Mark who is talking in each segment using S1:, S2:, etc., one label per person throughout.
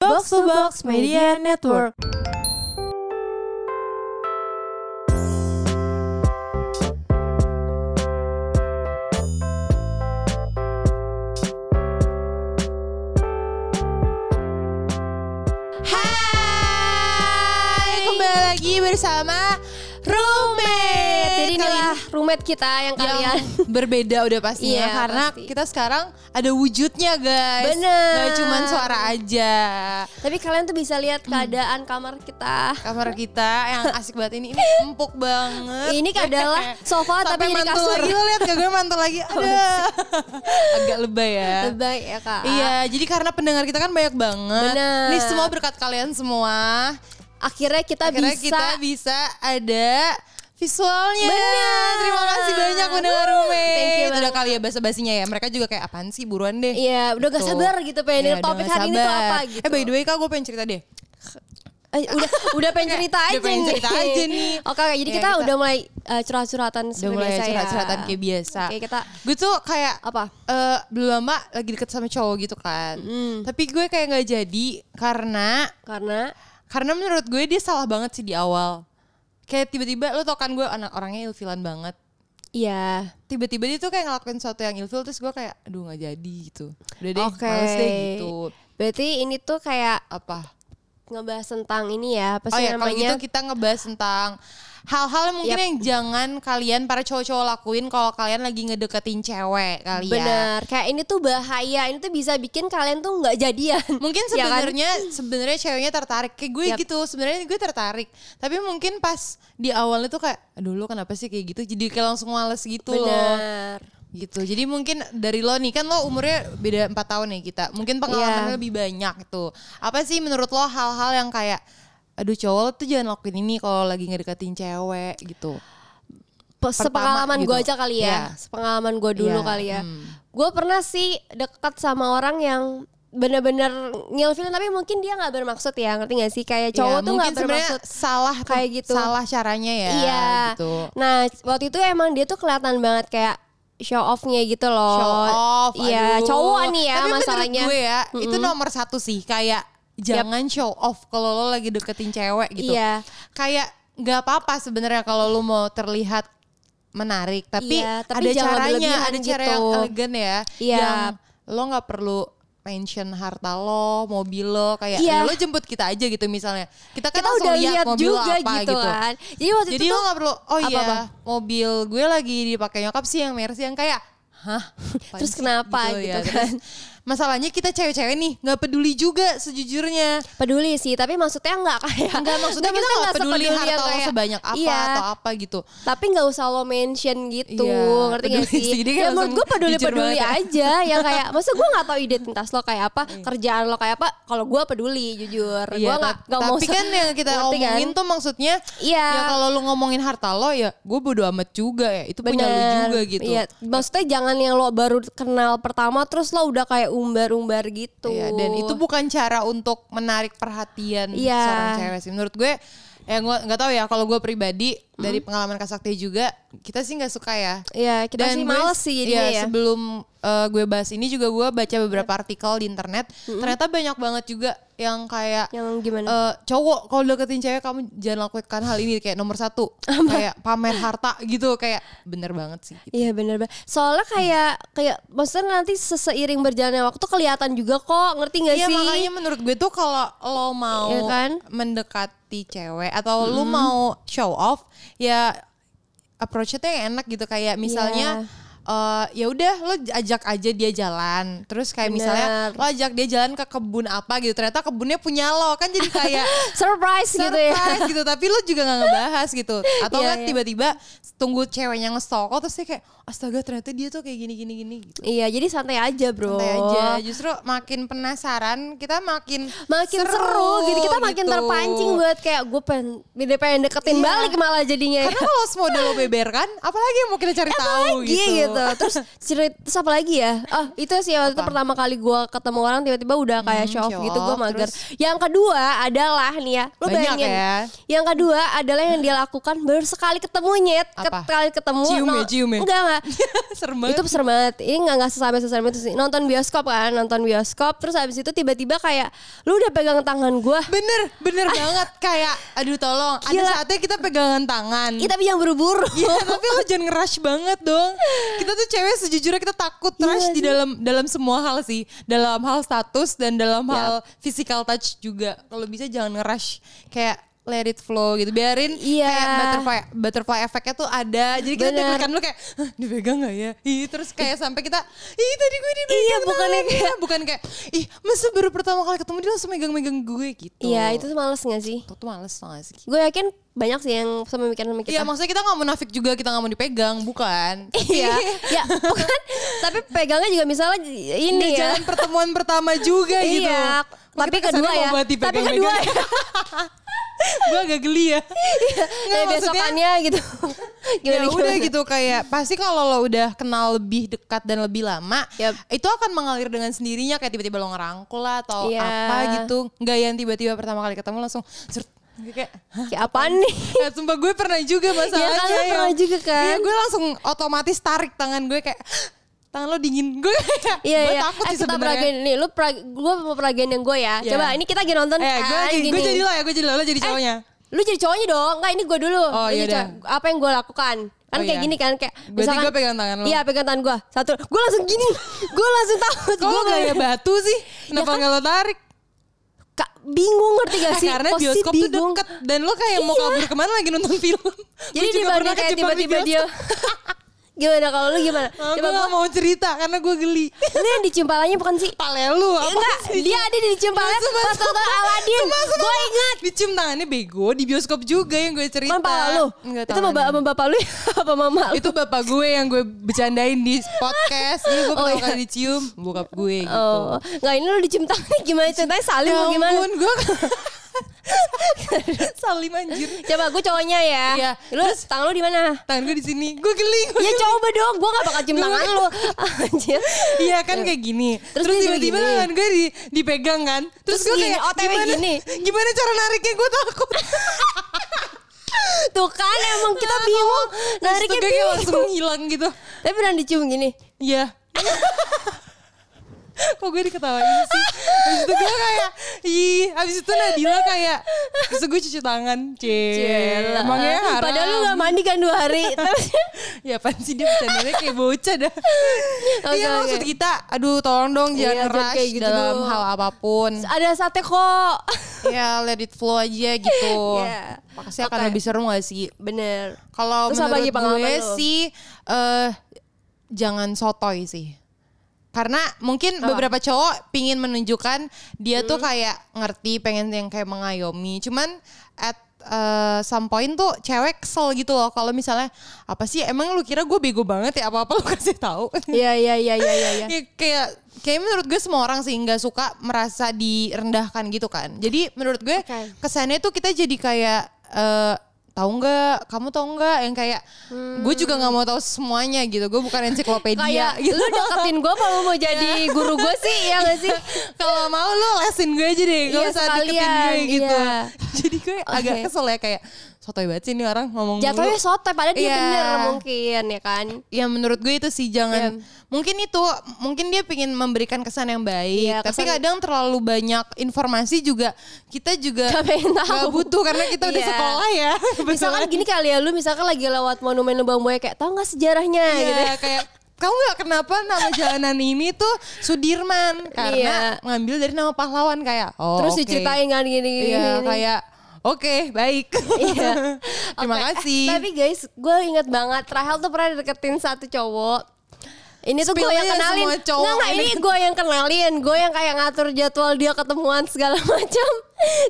S1: Box to Box Media Network.
S2: Hai, kembali lagi bersama roommate.
S3: Jadi inilah roommate kita yang
S2: yang
S3: kalian
S2: berbeda udah pastinya
S3: Iya,
S2: karena
S3: pasti.
S2: kita sekarang ada wujudnya guys.
S3: Bener.
S2: Gak cuman suara aja.
S3: Tapi kalian tuh bisa lihat
S2: Hmm.
S3: keadaan kamar kita
S2: Kamar kita yang asik banget ini, ini empuk banget.
S3: Ini adalah sofa
S2: Sampai
S3: tapi jadi
S2: mantul
S3: kasur
S2: lagi lo lihat gak gue mantul lagi. Ada. Agak lebay ya.
S3: Lebay ya kak
S2: Iya, jadi karena pendengar kita kan banyak banget.
S3: Bener.
S2: Ini semua berkat kalian semua.
S3: Akhirnya kita
S2: Akhirnya
S3: bisa
S2: kita bisa ada visualnya.
S3: Bener.
S2: Terima kasih banyak pendengar
S3: Woo,
S2: roommate.
S3: thank you
S2: Udah
S3: banget.
S2: kali ya basa-basinya ya. Mereka juga kayak apaan sih buruan deh.
S3: Iya udah gak
S2: Tuh. Iya,
S3: sabar gitu pengen denger
S2: udah
S3: topik
S2: gak
S3: hari ini tuh
S2: sabar.
S3: apa gitu
S2: Eh by the way kak gue pengen cerita deh.
S3: Eh, udah udah pengen cerita aja
S2: Udah pengen
S3: nih.
S2: cerita aja nih.
S3: Oke, oke, jadi
S2: Iya,
S3: kita,
S2: kita-
S3: udah mulai eh, curhat-curhatan
S2: Udah
S3: seperti
S2: mulai
S3: biasa ya.
S2: curhat-curhatan kayak biasa.
S3: Oke, kita
S2: Gue tuh kayak
S3: Apa?
S2: eh, belum lama lagi deket sama cowok gitu kan. Tapi gue kayak nggak jadi karena
S3: karena
S2: karena menurut gue dia salah banget sih di awal. Kayak tiba-tiba lo tau kan gue anak orangnya ilfilan banget.
S3: iya
S2: tiba-tiba dia tuh kayak ngelakuin sesuatu yang ilfil terus gue kayak aduh nggak jadi gitu udah deh
S3: Oke.
S2: males deh gitu
S3: Berarti ini tuh kayak
S2: apa
S3: ngebahas tentang ini ya, apa
S2: oh
S3: sih
S2: ya kalau
S3: namanya?
S2: gitu kita ngebahas tentang hal-hal yang mungkin
S3: Yap.
S2: yang jangan kalian para cowok-cowok lakuin kalau kalian lagi ngedeketin cewek kali ya
S3: Bener, kayak ini tuh bahaya, ini tuh bisa bikin kalian tuh nggak jadian.
S2: mungkin
S3: Ya kan?
S2: sebenarnya sebenarnya ceweknya tertarik kayak gue
S3: Yap.
S2: gitu sebenarnya gue tertarik tapi mungkin pas di awalnya tuh kayak aduh lo kenapa sih kayak gitu jadi kayak langsung males gitu loh
S3: Bener.
S2: gitu jadi mungkin dari lo nih kan lo umurnya beda empat tahun ya kita mungkin pengalamannya
S3: Iya.
S2: lebih banyak tuh apa sih menurut lo hal-hal yang kayak aduh cowok lo tuh jangan lakuin ini kalau lagi ngedeketin cewek gitu
S3: Pe-
S2: Pertama
S3: Sepengalaman gue
S2: gitu.
S3: aja kali ya,
S2: Iya.
S3: sepengalaman gue dulu
S2: Iya,
S3: kali ya.
S2: hmm.
S3: Gue pernah sih dekat sama orang yang bener-bener ngilfilin tapi mungkin dia nggak bermaksud ya ngerti gak sih kayak
S2: Ya,
S3: cowok tuh
S2: mungkin
S3: nggak
S2: sebenarnya
S3: bermaksud
S2: salah
S3: kayak gitu.
S2: salah caranya ya
S3: iya
S2: gitu
S3: nah waktu itu emang dia tuh kelihatan banget kayak show offnya gitu loh
S2: show off aduh.
S3: iya cowok nih ya
S2: Tapi menurut
S3: masalahnya
S2: gue ya itu nomor satu sih kayak jangan show off kalau lo lagi deketin cewek gitu
S3: Iya.
S2: kayak nggak apa-apa sebenarnya kalau lu mau terlihat menarik tapi,
S3: Iya, tapi
S2: ada
S3: jangan
S2: caranya
S3: berlebihan
S2: ada cara
S3: gitu.
S2: yang elegan ya
S3: Iya.
S2: yang lo nggak perlu mention harta lo mobil lo kayak ya
S3: Iya.
S2: lo jemput kita aja gitu misalnya kita kan
S3: kita
S2: langsung
S3: udah
S2: lihat
S3: lihat
S2: mobil lo
S3: juga
S2: apa
S3: gitu, kan jadi waktu
S2: jadi
S3: itu
S2: lo
S3: tuh
S2: nggak perlu oh
S3: apa,
S2: iya
S3: apa?
S2: mobil gue lagi dipakai nyokap sih yang Mercy yang kayak hah apaan
S3: Terus
S2: sih?"
S3: kenapa gitu kan.
S2: Terus, masalahnya kita cewek-cewek nih nggak peduli juga sejujurnya
S3: peduli sih tapi maksudnya nggak kayak
S2: Enggak Eh, maksudnya kita nggak peduli harta lo sebanyak apa atau apa gitu.
S3: iya, tapi nggak usah lo mention gitu
S2: Iya,
S3: ngerti gak
S2: peduli
S3: sih,
S2: sih, dia kayak
S3: ya menurut
S2: langsung
S3: gue peduli peduli
S2: jujur banget
S3: aja yang kayak masa gue nggak tahu identitas lo kayak apa
S2: Iya.
S3: kerjaan lo kayak apa kalau gue peduli jujur gue nggak
S2: tap-
S3: Iya, nggak mau
S2: Iya, tapi kan yang kita
S3: ngerti kan?
S2: omongin tuh maksudnya
S3: Iya.
S2: ya kalau lu ngomongin harta lo ya gue bodo amat juga ya itu punya lu
S3: Bener.
S2: juga gitu.
S3: Iya, maksudnya jangan yang lo baru kenal pertama terus lo udah kayak umbar-umbar gitu.
S2: Iya, dan itu bukan cara untuk menarik perhatian
S3: Iya.
S2: seorang cewek sih. Menurut gue ya gue nggak tahu ya kalau gue pribadi
S3: Hmm.
S2: dari pengalaman Kasakti juga kita sih nggak suka ya.
S3: Iya, kita sih
S2: gue
S3: males
S2: se-
S3: sih
S2: iya,
S3: jadinya ya.
S2: sebelum uh, gue bahas ini juga gue baca beberapa artikel di internet ternyata banyak banget juga yang kayak
S3: Hmm. Yang gimana?
S2: eh, cowok kalau deketin cewek kamu jangan lakukan hal ini kayak nomor satu kayak pamer harta gitu kayak bener banget sih gitu.
S3: Iya bener benar Soalnya kayak kayak maksudnya nanti seseiring berjalannya waktu kelihatan juga kok, ngerti gak
S2: Iya
S3: sih?
S2: makanya menurut gue tuh kalau lo mau
S3: Iya kan?
S2: mendekati cewek atau lo mau show off ya approach-nya tuh yang enak gitu kayak misalnya
S3: Iya.
S2: eh, ya udah lo ajak aja dia jalan terus kayak misalnya
S3: Bener.
S2: lo ajak dia jalan ke kebun apa gitu ternyata kebunnya punya lo kan jadi kayak
S3: Surprise, gitu ya.
S2: surprise gitu tapi lu juga nggak ngebahas gitu atau
S3: Iya,
S2: nggak
S3: iya.
S2: tiba-tiba tunggu ceweknya ngestalk oh, terus dia kayak astaga ternyata dia tuh kayak gini gini gini gitu
S3: Iya, jadi santai aja, Bro.
S2: santai aja justru makin penasaran kita makin
S3: Makin seru, gitu. Kita makin
S2: gitu.
S3: terpancing buat kayak gue pengen, dia pengen deketin
S2: Iya.
S3: balik malah jadinya. ya.
S2: karena kalau semua udah lo beberkan apalagi yang mau kita cari tahu
S3: Apalagi gitu. gitu. Terus cerit- terus apa lagi ya? Ah, itu sih waktu itu pertama kali gua ketemu orang tiba-tiba udah kayak
S2: Hmm,
S3: show off
S2: show
S3: gitu gua
S2: off,
S3: mager.
S2: terus-
S3: Yang kedua adalah nih ya, lu
S2: Banyak
S3: bayangin.
S2: ya.
S3: Yang kedua adalah yang dia lakukan baru sekali ketemu nyet,
S2: Apa?
S3: sekali ketemu.
S2: Cium ya,
S3: nol-
S2: cium ya.
S3: Enggak enggak.
S2: Serem
S3: itu
S2: banget.
S3: serem banget. Ini nggak nggak sampai seserem itu sih. Nonton bioskop kan, nonton bioskop. Terus habis itu tiba-tiba kayak lu udah pegang tangan gua.
S2: Bener, bener banget kayak aduh tolong.
S3: Ah. Gila.
S2: Ada saatnya kita pegangan tangan.
S3: Ih tapi yang buru-buru.
S2: Iya, tapi lo jangan rush banget dong. Kita tuh cewek sejujurnya kita takut
S3: Iya
S2: rush di dalam dalam semua hal sih, dalam hal status dan dalam
S3: Iya.
S2: hal physical touch juga. Kalau bisa jangan ngerush kayak let it flow gitu. Biarin
S3: Iya.
S2: kayak butterfly butterfly efeknya tuh ada. Jadi kita
S3: Bener.
S2: deg-degan dulu kayak "Hah, dipegang gak ya? Ih, terus kayak sampai kita ih tadi gue dipegang.
S3: Iya, bukannya
S2: tangannya."
S3: kayak-
S2: bukan kayak ih, masa baru pertama kali ketemu dia langsung megang-megang gue gitu.
S3: Iya itu males gak sih?
S2: tuh, tuh males tau gak sih?
S3: Gue yakin banyak sih yang sama mikiran sama kita.
S2: Iya maksudnya kita gak munafik juga Kita gak mau dipegang Bukan Tapi-
S3: Iya, ya bukan. Tapi pegangnya juga misalnya ini
S2: Nggak
S3: ya.
S2: jalan pertemuan pertama juga gitu.
S3: Iya,
S2: Kok
S3: tapi
S2: kita kesannya
S3: kedua
S2: mau
S3: ya.
S2: buat
S3: Tapi
S2: dipegang-pegang.
S3: kedua ya.
S2: Gue agak geli ya. Nggak,
S3: Eh,
S2: maksudnya-
S3: besokannya gitu.
S2: Ya
S3: Gimana,
S2: udah
S3: gimana?
S2: gitu kayak pasti kalau lo udah kenal lebih dekat dan lebih lama,
S3: Yap.
S2: itu akan mengalir dengan sendirinya kayak tiba-tiba lo ngerangkul lah atau
S3: Iya.
S2: apa gitu. Nggak yang tiba-tiba pertama kali ketemu langsung zert, kayak
S3: Kayak Ya, apaan nih?
S2: Eh, sumpah gue pernah juga masalahnya.
S3: Iya kan, lo
S2: yang-
S3: pernah juga kan?
S2: Iya, gue langsung otomatis tarik tangan gue kayak tangan lo dingin gue kayak
S3: Iya
S2: gue
S3: iya.
S2: takut
S3: Eh,
S2: sih
S3: kita
S2: sebenarnya.
S3: peragain nih. Lu perag- gua mau peragain yang gue ya.
S2: Iya.
S3: Coba ini kita lagi nonton.
S2: Eh, gue
S3: kan,
S2: lagi- gue
S3: gini.
S2: jadi lo ya, gue jadi lo, lo jadi
S3: Eh,
S2: cowoknya.
S3: Lu jadi cowoknya dong. Enggak, ini gue dulu.
S2: Oh,
S3: Lu jadi
S2: yaudah.
S3: cowok. Apa yang gue lakukan? Kan
S2: Oh,
S3: kayak
S2: iya.
S3: gini kan kayak
S2: Berarti gua pegang tangan lu.
S3: Iya, pegang tangan gue. Satu. Gue langsung gini. gue langsung takut.
S2: Kok lo
S3: Gue
S2: gaya batu sih?
S3: Ya kan?
S2: Kenapa nggak lo tarik?
S3: Kak, bingung ngerti gak
S2: Eh,
S3: sih?
S2: karena
S3: Posisi
S2: bioskop tuh
S3: bingung. Iya.
S2: deket dan lo kayak mau kabur kemana lagi nonton film.
S3: Jadi
S2: Gue juga
S3: dibanding
S2: pernah
S3: kayak
S2: kejebak di
S3: tiba-tiba dia
S2: bioskop.
S3: Gimana kalau lu gimana?
S2: Ah,
S3: Coba
S2: gue gak
S3: gua
S2: mau cerita karena gue geli.
S3: Lu yang di Cimpalanya bukan sih?
S2: Pale lu apa
S3: Enggak,
S2: sih?
S3: dia ada di Cimpalanya
S2: Ya, sumpah,
S3: pas nonton
S2: sumpah.
S3: Aladin
S2: Sumpah, sumpah.
S3: Gue ingat
S2: Dicium tangannya bego di bioskop juga yang gue cerita.
S3: Kan Iya. pala lu
S2: Enggak
S3: Itu sama, ba-
S2: tangannya.
S3: sama bapak lu ya? Apa mama lu?
S2: itu bapak gue yang gue bercandain di podcast. Iya gue
S3: Oh,
S2: pertama
S3: iya.
S2: kali dicium bokap gue gitu.
S3: Oh, enggak ini lu dicium tangannya gimana? Ceritanya
S2: Ya
S3: salim mau gimana?
S2: gue salim anjir.
S3: Coba gue cowoknya ya.
S2: Iya,
S3: Lu tangan lu di mana?
S2: Tangan gue di sini. Gue geli. gue
S3: Ya
S2: geli.
S3: coba dong, gue gak bakal cium
S2: Gua-
S3: tangan lu. Anjir.
S2: Iya kan kayak gini.
S3: Terus
S2: Terus,
S3: dia
S2: tiba-tiba
S3: gini.
S2: tangan gue di, dipegang kan. Terus,
S3: Terus
S2: gue
S3: gini,
S2: kayak
S3: OTW gini.
S2: Gimana cara nariknya gue takut.
S3: Tuh kan emang kita bingung.
S2: Terus tuh
S3: Nariknya
S2: gue kayak
S3: bingung.
S2: langsung hilang gitu.
S3: Tapi beneran dicium gini.
S2: Iya. Kok gue diketawain sih? Abis itu gue kayak, ih, abis itu Nadila kayak, terus gue cuci tangan, cie. Iya,
S3: Cela.
S2: Emangnya haram.
S3: Padahal lu gak mandi kan dua hari. Terus
S2: Ya apaan sih dia bercandanya kayak bocah dah.
S3: Oke,
S2: Iya
S3: oke.
S2: maksud kita, aduh tolong dong
S3: Iya,
S2: jangan
S3: jangan
S2: rush
S3: kayak gitu
S2: dalam
S3: dong.
S2: hal apapun.
S3: ada sate kok.
S2: ya let it flow aja gitu.
S3: Iya.
S2: Pasti akan
S3: Oke.
S2: lebih seru gak sih?
S3: Bener.
S2: Kalau
S3: Terus
S2: menurut
S3: apa lagi pengalaman
S2: gue
S3: lu?
S2: sih eh jangan sotoy sih. Karena mungkin beberapa cowok pingin menunjukkan dia
S3: Hmm.
S2: tuh kayak ngerti, pengen yang kayak mengayomi. Cuman at eh, some point tuh cewek kesel gitu loh kalau misalnya apa sih emang lu kira gue bego banget ya apa-apa lu kasih tahu.
S3: Iya iya iya iya iya. iya.
S2: Ya, kayak kayak menurut gue semua orang sih nggak suka merasa direndahkan gitu kan. Jadi menurut gue
S3: Oke.
S2: kesannya tuh kita jadi kayak eh tahu nggak kamu tahu nggak yang kayak gue juga nggak mau tahu semuanya gitu. Gue bukan ensiklopedia
S3: Kayak
S2: gitu. Iya.
S3: lu deketin gue apa lu mau jadi guru gue sih ya gak sih?
S2: Kalau mau lu lesin gue aja deh, gak
S3: Iya,
S2: usah deketin
S3: sekalian,
S2: gue gitu.
S3: iya.
S2: Jadi gue agak
S3: Oke.
S2: kesel ya kayak sotoy banget sih ini orang ngomong mulu."
S3: Jatuhnya sotoy padahal dia
S2: Iya.
S3: bener mungkin ya kan.
S2: ya menurut gue itu sih jangan
S3: Iya.
S2: mungkin itu mungkin dia pingin memberikan kesan yang baik
S3: Iya,
S2: tapi
S3: kesan-
S2: kadang terlalu banyak informasi juga kita juga
S3: Gak pengen tahu.
S2: gak butuh karena kita udah
S3: Iya.
S2: sekolah ya
S3: Misalkan gini kali ya lu misalkan lagi lewat monumen Lembang Buaya kayak tau gak sejarahnya
S2: Iya,
S3: gitu.
S2: kayak kamu nggak kenapa nama jalanan ini tuh Sudirman karena
S3: Iya.
S2: ngambil dari nama pahlawan kayak oh
S3: Terus
S2: oke.
S3: diceritain kan gini gini.
S2: iya
S3: gini.
S2: kayak oke baik
S3: Iya.
S2: terima
S3: Oke.
S2: kasih
S3: Tapi guys, gue inget banget Rahel tuh pernah deketin satu cowok. Ini tuh gue
S2: Spill
S3: yang
S2: aja
S3: kenalin.
S2: semua cowok
S3: Nggak, nggak,
S2: ini.
S3: ini gue yang kenalin. Gue yang kayak ngatur jadwal dia ketemuan segala macam.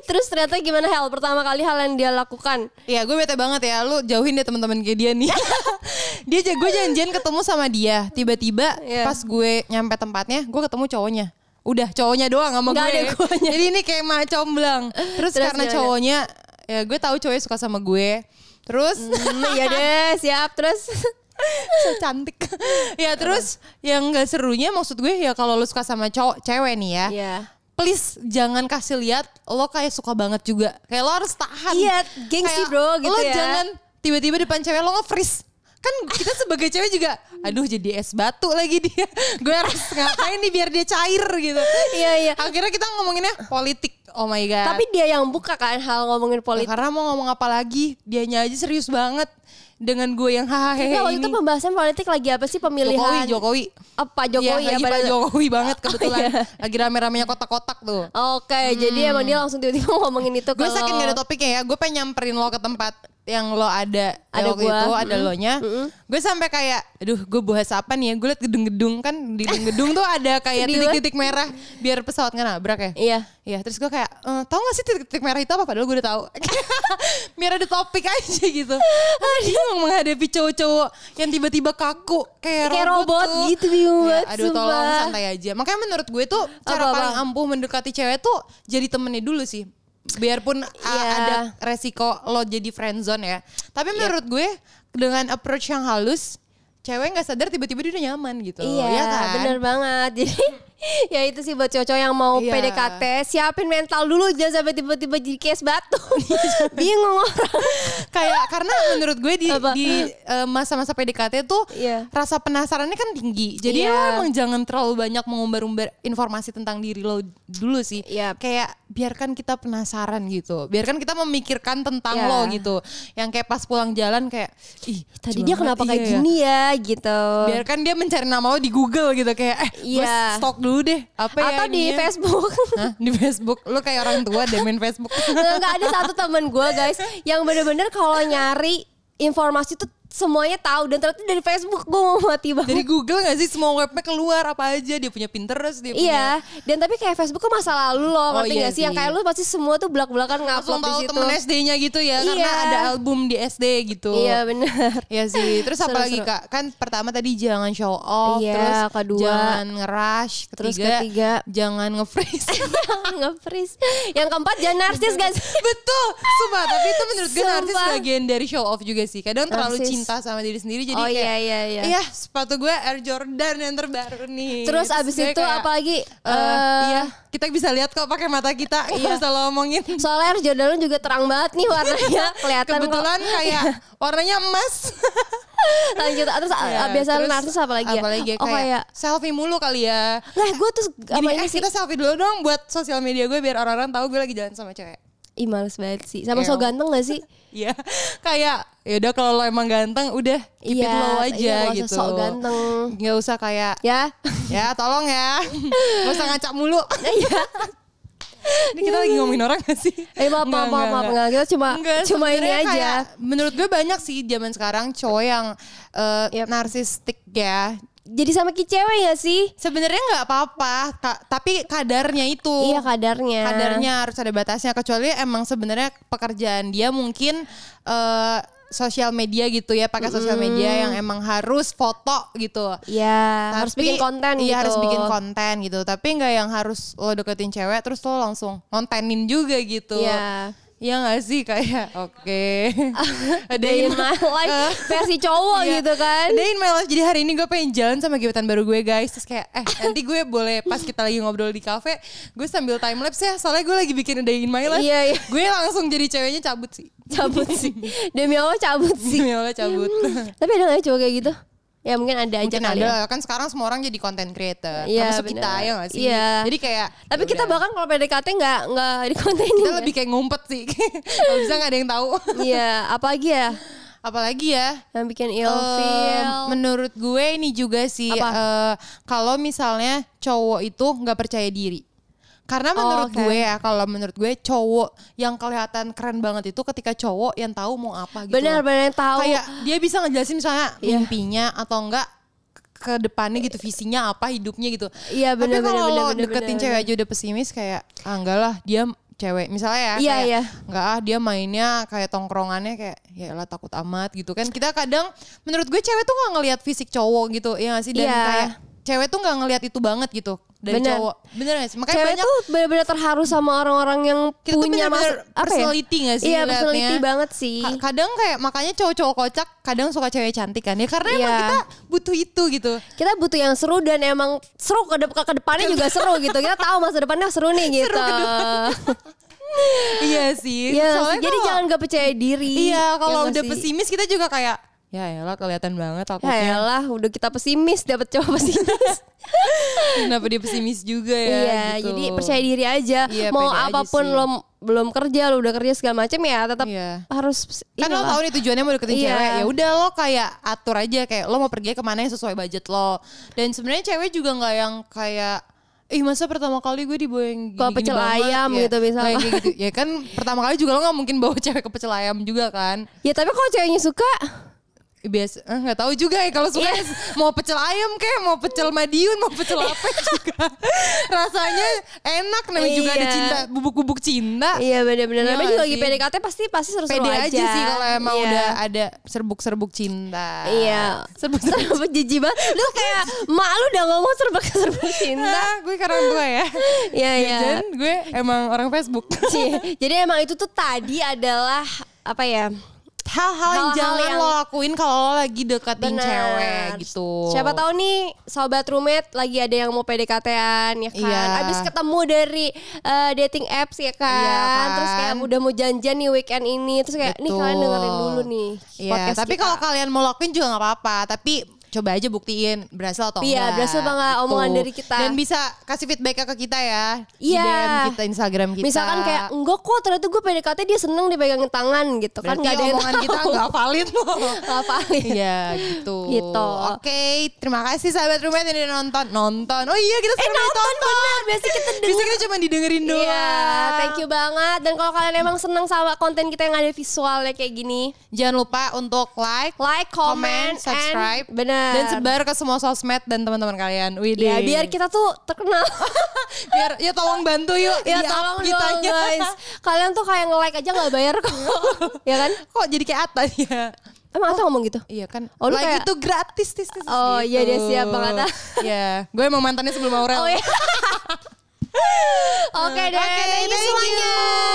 S3: Terus ternyata gimana Hel? Pertama kali hal yang dia lakukan.
S2: Ya gue bete banget ya Lu jauhin deh teman-teman kayak dia nih Dia ja- gue janjian ketemu sama dia Tiba-tiba
S3: Iya.
S2: pas gue nyampe tempatnya Gue ketemu cowoknya Udah cowoknya doang sama
S3: Nggak
S2: gue
S3: ada guanya.
S2: Jadi ini kayak mah comblang Terus,
S3: Terus
S2: karena
S3: gimana?
S2: cowoknya Ya gue tahu cowoknya suka sama gue Terus
S3: Hmm, iya deh, siap. Terus
S2: so cantik. ya terus yang gak serunya maksud gue ya kalau lo suka sama cowok cewek nih ya.
S3: Iya.
S2: Please jangan kasih lihat lo kayak suka banget juga. Kayak lo harus tahan.
S3: Iya, gengsi,
S2: Kayak
S3: bro, gitu
S2: lo
S3: ya.
S2: jangan tiba-tiba depan cewek lo nge-freeze. Kan kita sebagai cewek juga aduh jadi es batu lagi dia. gue harus ngapain nih biar dia cair gitu.
S3: Iya, iya.
S2: Akhirnya kita ngomonginnya politik. Oh my god.
S3: Tapi dia yang buka kan hal
S2: Ya,
S3: ngomongin politik.
S2: karena mau ngomong apa lagi, dianya aja serius banget dengan gue yang hahaha
S3: Tapi waktu
S2: ini.
S3: itu pembahasan politik lagi apa sih
S2: Jokowi,
S3: pemilihan?
S2: Jokowi.
S3: Eh, Pak Jokowi
S2: Iya,
S3: ya,
S2: lagi
S3: pada-
S2: Pak Jokowi banget
S3: Oh,
S2: kebetulan.
S3: iya.
S2: Lagi rame-ramenya kotak-kotak tuh.
S3: Oke, jadi emang dia langsung tiba-tiba ngomongin itu
S2: Hmm. Gue
S3: kalau-
S2: saking gak ada topiknya ya, gue pengen nyamperin lo ke tempat yang lo ada, Ya,
S3: Ada
S2: waktu
S3: gua,
S2: itu ada lo nya. Gue sampai kayak, aduh gue bahas apa nih ya? Gue liat gedung-gedung kan di gedung-gedung tuh ada kayak
S3: Sedih gue.
S2: titik-titik merah biar pesawat nggak nabrak ya.
S3: Iya.
S2: Iya, terus gue kayak, eh, tau gak sih titik-titik merah itu apa? Padahal gue udah tahu. Biar ada topik aja gitu. Ah, bingung menghadapi cowok-cowok yang tiba-tiba kaku kayak,
S3: Kayak robot
S2: tuh.
S3: gitu, bingung
S2: Iya,
S3: banget,
S2: Aduh, tolong
S3: sumpah.
S2: santai aja. Makanya menurut gue tuh cara
S3: Apa-apa?
S2: paling ampuh mendekati cewek tuh jadi temennya dulu sih. Biarpun a-
S3: Iya.
S2: ada resiko lo jadi friendzone ya. Tapi menurut gue dengan approach yang halus, cewek nggak sadar tiba-tiba dia udah nyaman gitu.
S3: Iya,
S2: ya kan?
S3: bener banget. Jadi ya itu sih buat cowok yang mau
S2: Iya.
S3: PDKT, siapin mental dulu jangan sampai tiba-tiba jadi case batu.
S2: Iya,
S3: Bingung orang.
S2: kayak karena menurut gue di
S3: Apa?
S2: di eh, masa-masa PDKT tuh
S3: Iya.
S2: rasa penasarannya kan tinggi. Jadi
S3: Iya.
S2: lo emang jangan terlalu banyak mengumbar-umbar informasi tentang diri lo dulu sih.
S3: Yap.
S2: Kayak biarkan kita penasaran gitu. Biarkan kita memikirkan tentang
S3: Iya.
S2: lo gitu. Yang kayak pas pulang jalan kayak ih lucu
S3: Tadi dia
S2: banget,
S3: kenapa kayak
S2: iya ya."
S3: gini ya gitu.
S2: Biarkan dia mencari nama lo di Google gitu kayak eh gue
S3: Iya.
S2: stok dulu deh apa ya
S3: Atau di
S2: ininya.
S3: Facebook.
S2: Hah? di Facebook. Lo kayak orang tua deh main Facebook.
S3: Nggak nggak ada satu temen gue guys yang bener-bener kalau nyari informasi tuh semuanya tahu dan ternyata dari Facebook gue mau mati banget.
S2: Dari Google gak sih semua webnya keluar apa aja dia punya Pinterest dia punya
S3: Iya, dan tapi kayak Facebook kan masa lalu loh,
S2: Oh,
S3: ngerti
S2: iya
S3: gak sih? Yang
S2: sih.
S3: kayak lu pasti semua tuh belak-belakan
S2: langsung
S3: ngupload di
S2: tahu
S3: situ.
S2: temen SD-nya gitu ya karena
S3: Iya.
S2: ada album di SD gitu.
S3: Iya bener.
S2: Iya sih. Terus apa
S3: Seru,
S2: lagi
S3: seru.
S2: Kak? Kan pertama tadi jangan show off,
S3: Iya,
S2: terus
S3: kedua.
S2: jangan ngerush, ketiga,
S3: Terus ketiga.
S2: jangan nge-freeze. Iya
S3: Nge-freeze. Yang keempat jangan narsis gak sih?
S2: Betul, sumpah. Tapi itu menurut gue narsis
S3: Sumpah.
S2: bagian dari show off juga sih. Kadang terlalu
S3: Narsis.
S2: cinta sama diri sendiri jadi
S3: Oh,
S2: kayak
S3: iya, iya, iya.
S2: sepatu gue Air Jordan yang terbaru nih.
S3: Terus abis
S2: gue
S3: itu
S2: kayak,
S3: apalagi
S2: eh,
S3: eh,
S2: iya, kita bisa lihat kok pakai mata kita. Iya, salah omongin.
S3: Soalnya Air Jordan lu juga terang banget nih warnanya kelihatan kok. Iya.
S2: Kebetulan kayak warnanya emas.
S3: lanjut terus
S2: Ya,
S3: ah, biasa
S2: terus
S3: narsis apa lagi ya?
S2: Apalagi ya,
S3: oh kayak
S2: kayak selfie mulu kali ya.
S3: lah gue tuh
S2: Gini,
S3: apa ini
S2: eh,
S3: sih?
S2: kita selfie dulu dong buat sosial media gue biar orang-orang tahu gue lagi jalan sama cewek.
S3: Ih males banget sih. Sama so
S2: Ew.
S3: ganteng gak sih?
S2: Iya, kayak ya udah kalau lo emang ganteng udah keep
S3: Iya,
S2: it low aja
S3: iya, nggak usah
S2: gitu.
S3: sok ganteng.
S2: Gak usah kayak
S3: Ya.
S2: ya tolong ya. Gak usah ngacak mulu.
S3: Iya.
S2: Ini kita lagi ngomongin orang gak sih?
S3: Eh maaf
S2: Nggak,
S3: maaf maaf,
S2: nggak,
S3: maaf,
S2: nggak.
S3: enggak. Kita cuma
S2: Enggak,
S3: cuma ini
S2: sebenarnya
S3: aja.
S2: kayak, menurut gue banyak sih zaman sekarang cowok yang eh,
S3: Yep.
S2: narsistik ya.
S3: Jadi sama ki cewek gak sih?
S2: Sebenarnya nggak apa-apa, ka- tapi kadarnya itu.
S3: Iya kadarnya.
S2: Kadarnya harus ada batasnya kecuali emang sebenarnya pekerjaan dia mungkin eh sosial media gitu ya, pakai sosial media yang emang harus foto gitu.
S3: Iya, harus
S2: Tapi-
S3: bikin konten
S2: iya,
S3: gitu.
S2: harus bikin konten gitu. Tapi nggak yang harus lo deketin cewek terus lo langsung ngontenin juga gitu.
S3: Iya.
S2: Iya nggak sih kayak oke. ada
S3: Day in my life versi cowok gitu kan.
S2: Dain Iya. my life. Jadi hari ini gue pengen jalan sama gebetan baru gue guys. Terus kayak eh nanti gue boleh pas kita lagi ngobrol di kafe, gue sambil time lapse ya. Soalnya gue lagi bikin a day in my life.
S3: Iya, iya.
S2: Gue langsung jadi ceweknya cabut sih.
S3: Cabut sih. Demi Allah cabut sih.
S2: Demi Allah cabut.
S3: Tapi ada gak cowok kayak gitu? Ya mungkin ada aja
S2: Mungkin
S3: kali Iya. ya.
S2: ada kan sekarang semua orang jadi content creator.
S3: Iya,
S2: Termasuk kita
S3: benar.
S2: ya gak sih?
S3: Iya.
S2: Jadi kayak
S3: Tapi kita
S2: yaudah.
S3: bahkan kalau PDKT nggak nggak di kontenin.
S2: kita
S3: ya.
S2: lebih kayak ngumpet sih. Kalau bisa gak ada yang tahu.
S3: Iya, apalagi ya
S2: Apalagi ya
S3: yang bikin
S2: Em,
S3: ilfeel.
S2: menurut gue ini juga sih
S3: Apa?
S2: eh, kalau misalnya cowok itu nggak percaya diri. Karena menurut
S3: Oh, oke.
S2: gue ya kalau menurut gue cowok yang kelihatan keren banget itu ketika cowok yang tahu mau apa gitu. loh.
S3: Benar-benar yang tahu.
S2: Kayak dia bisa ngejelasin misalnya
S3: Iya.
S2: mimpinya atau enggak ke depannya gitu visinya apa hidupnya gitu.
S3: Iya, benar,
S2: Tapi kalau lo
S3: benar, benar, benar,
S2: deketin
S3: benar,
S2: cewek aja udah pesimis kayak ah enggak lah dia cewek misalnya ya
S3: Iya,
S2: kayak,
S3: iya.
S2: enggak ah dia mainnya kayak tongkrongannya kayak ya lah takut amat gitu kan kita kadang menurut gue cewek tuh nggak ngelihat fisik cowok gitu ya nggak sih dan
S3: Iya.
S2: kayak cewek tuh nggak ngelihat itu banget gitu dari
S3: Bener.
S2: cowok. Bener gak sih? Makanya
S3: Cewek
S2: banyak
S3: tuh benar-benar terharu sama orang-orang yang
S2: Kita tuh
S3: punya
S2: bener-bener
S3: mas- apa ya?
S2: personality nggak sih
S3: Iya,
S2: liatnya?
S3: personality banget sih.
S2: ka- kadang kayak makanya cowok-cowok kocak kadang suka cewek cantik kan ya karena emang
S3: Iya.
S2: kita butuh itu gitu.
S3: Kita butuh yang seru dan emang seru ke, dep- ke depannya juga seru gitu. Kita tahu masa depannya seru nih gitu.
S2: Seru ke iya sih.
S3: Iya,
S2: Soalnya
S3: jadi
S2: kalau-
S3: jangan gak percaya diri.
S2: Iya, kalau
S3: Ya nggak
S2: udah
S3: sih?
S2: pesimis kita juga kayak ya elah kelihatan banget
S3: Ya
S2: takutnya.
S3: elah, udah kita pesimis dapat cowok pesimis.
S2: Kenapa dia pesimis juga ya
S3: iya,
S2: gitu.
S3: jadi percaya diri aja.
S2: Iya,
S3: Mau
S2: pede aja
S3: apapun
S2: sih.
S3: lo m- belum kerja, lo udah kerja segala macam ya tetap
S2: Iya.
S3: harus pes-
S2: kan lo
S3: inilah.
S2: tau nih tujuannya mau deketin
S3: Iya.
S2: cewek ya udah lo kayak atur aja kayak lo mau pergi kemana yang sesuai budget lo dan sebenarnya cewek juga nggak yang kayak ih masa pertama kali gue dibawa yang
S3: Bawa
S2: gini-gini
S3: pecel
S2: banget,"
S3: ayam
S2: ya.
S3: gitu misalnya.
S2: Kayak gitu. ya kan pertama kali juga lo nggak mungkin bawa cewek ke pecel ayam juga kan
S3: Ya tapi kalau ceweknya suka,
S2: biasa eh, nggak tahu juga ya kalau suka mau pecel ayam kayak mau pecel madiun mau pecel apa juga rasanya enak namanya juga ada
S3: Iya.
S2: cinta bubuk-bubuk cinta
S3: iya benar-benar.
S2: Iya
S3: Namanya
S2: nggak
S3: juga lagi
S2: sih?
S3: PDKT pasti pasti seru-seru
S2: pede aja.
S3: aja.
S2: sih kalau emang
S3: Iya.
S2: udah ada serbuk-serbuk cinta.
S3: Iya.
S2: Serbuk-serbuk
S3: Apa jijik banget. Lu kayak mak lu udah ngomong serba serba cinta.
S2: cinta. gue karena gue ya.
S3: Iya iya.
S2: Dan gue emang orang Facebook.
S3: Cie, Jadi emang itu tuh tadi adalah apa ya?
S2: Hal-hal yang
S3: Hal-hal
S2: jangan
S3: yang-
S2: lo lakuin kalau lo lagi deketin
S3: Benar.
S2: cewek gitu.
S3: Siapa tahu nih sobat roommate lagi ada yang mau PDKT-an ya kan.
S2: Iya.
S3: Abis ketemu dari eh, dating apps ya kan?
S2: Iya kan.
S3: Terus kayak udah mau janjian nih weekend ini. Terus kayak nih kalian
S2: Betul.
S3: dengerin dulu nih
S2: Iya, tapi
S3: kita.
S2: kalau kalian mau lakuin juga nggak apa-apa, tapi coba aja buktiin berhasil atau enggak. Gitu.
S3: Iya, berhasil apa enggak omongan dari kita.
S2: Dan bisa kasih feedback ke kita ya. di
S3: Iya.
S2: DM kita Instagram kita.
S3: Misalkan kayak "Kan enggak kok ternyata gue PDKT dia seneng dipegangin tangan gitu
S2: kan
S3: kan nggak ada yang
S2: omongan kita
S3: tahu.
S2: nggak valid loh.
S3: Nggak valid.
S2: Iya gitu.
S3: Gitu.
S2: Oke, terima kasih sahabat rumah yang udah nonton. Nonton. Oh iya kita sekarang nonton.
S3: Bener, biasa kita denger.
S2: Bisa kita cuma didengerin doang.
S3: Eh, Iya, thank you banget. Dan kalau kalian emang seneng sama konten kita yang ada visualnya kayak gini,
S2: Jangan lupa untuk like,
S3: like,
S2: comment,
S3: comment, and-
S2: subscribe,
S3: bener.
S2: dan sebar ke semua sosmed dan teman-teman kalian. Widih.
S3: Ya, biar kita tuh terkenal.
S2: biar ya tolong bantu yuk.
S3: ya
S2: di-up
S3: tolong dong
S2: kitanya.
S3: guys. Kalian tuh kayak nge-like aja nggak bayar kok. ya kan?
S2: Kok jadi kayak Atta ya?
S3: Emang Atta ngomong gitu?
S2: Iya kan.
S3: Oh, lu
S2: like
S3: kayak-
S2: itu gratis tis tis. tis,
S3: Oh, iya, dia siap, Bang Atta.
S2: Iya, gue emang mantannya sebelum Aurel.
S3: Oh ya. Oke
S2: Oh, iya.
S3: deh,
S2: Nah, Oke,
S3: thank
S2: thank
S3: you
S2: you.
S3: semuanya.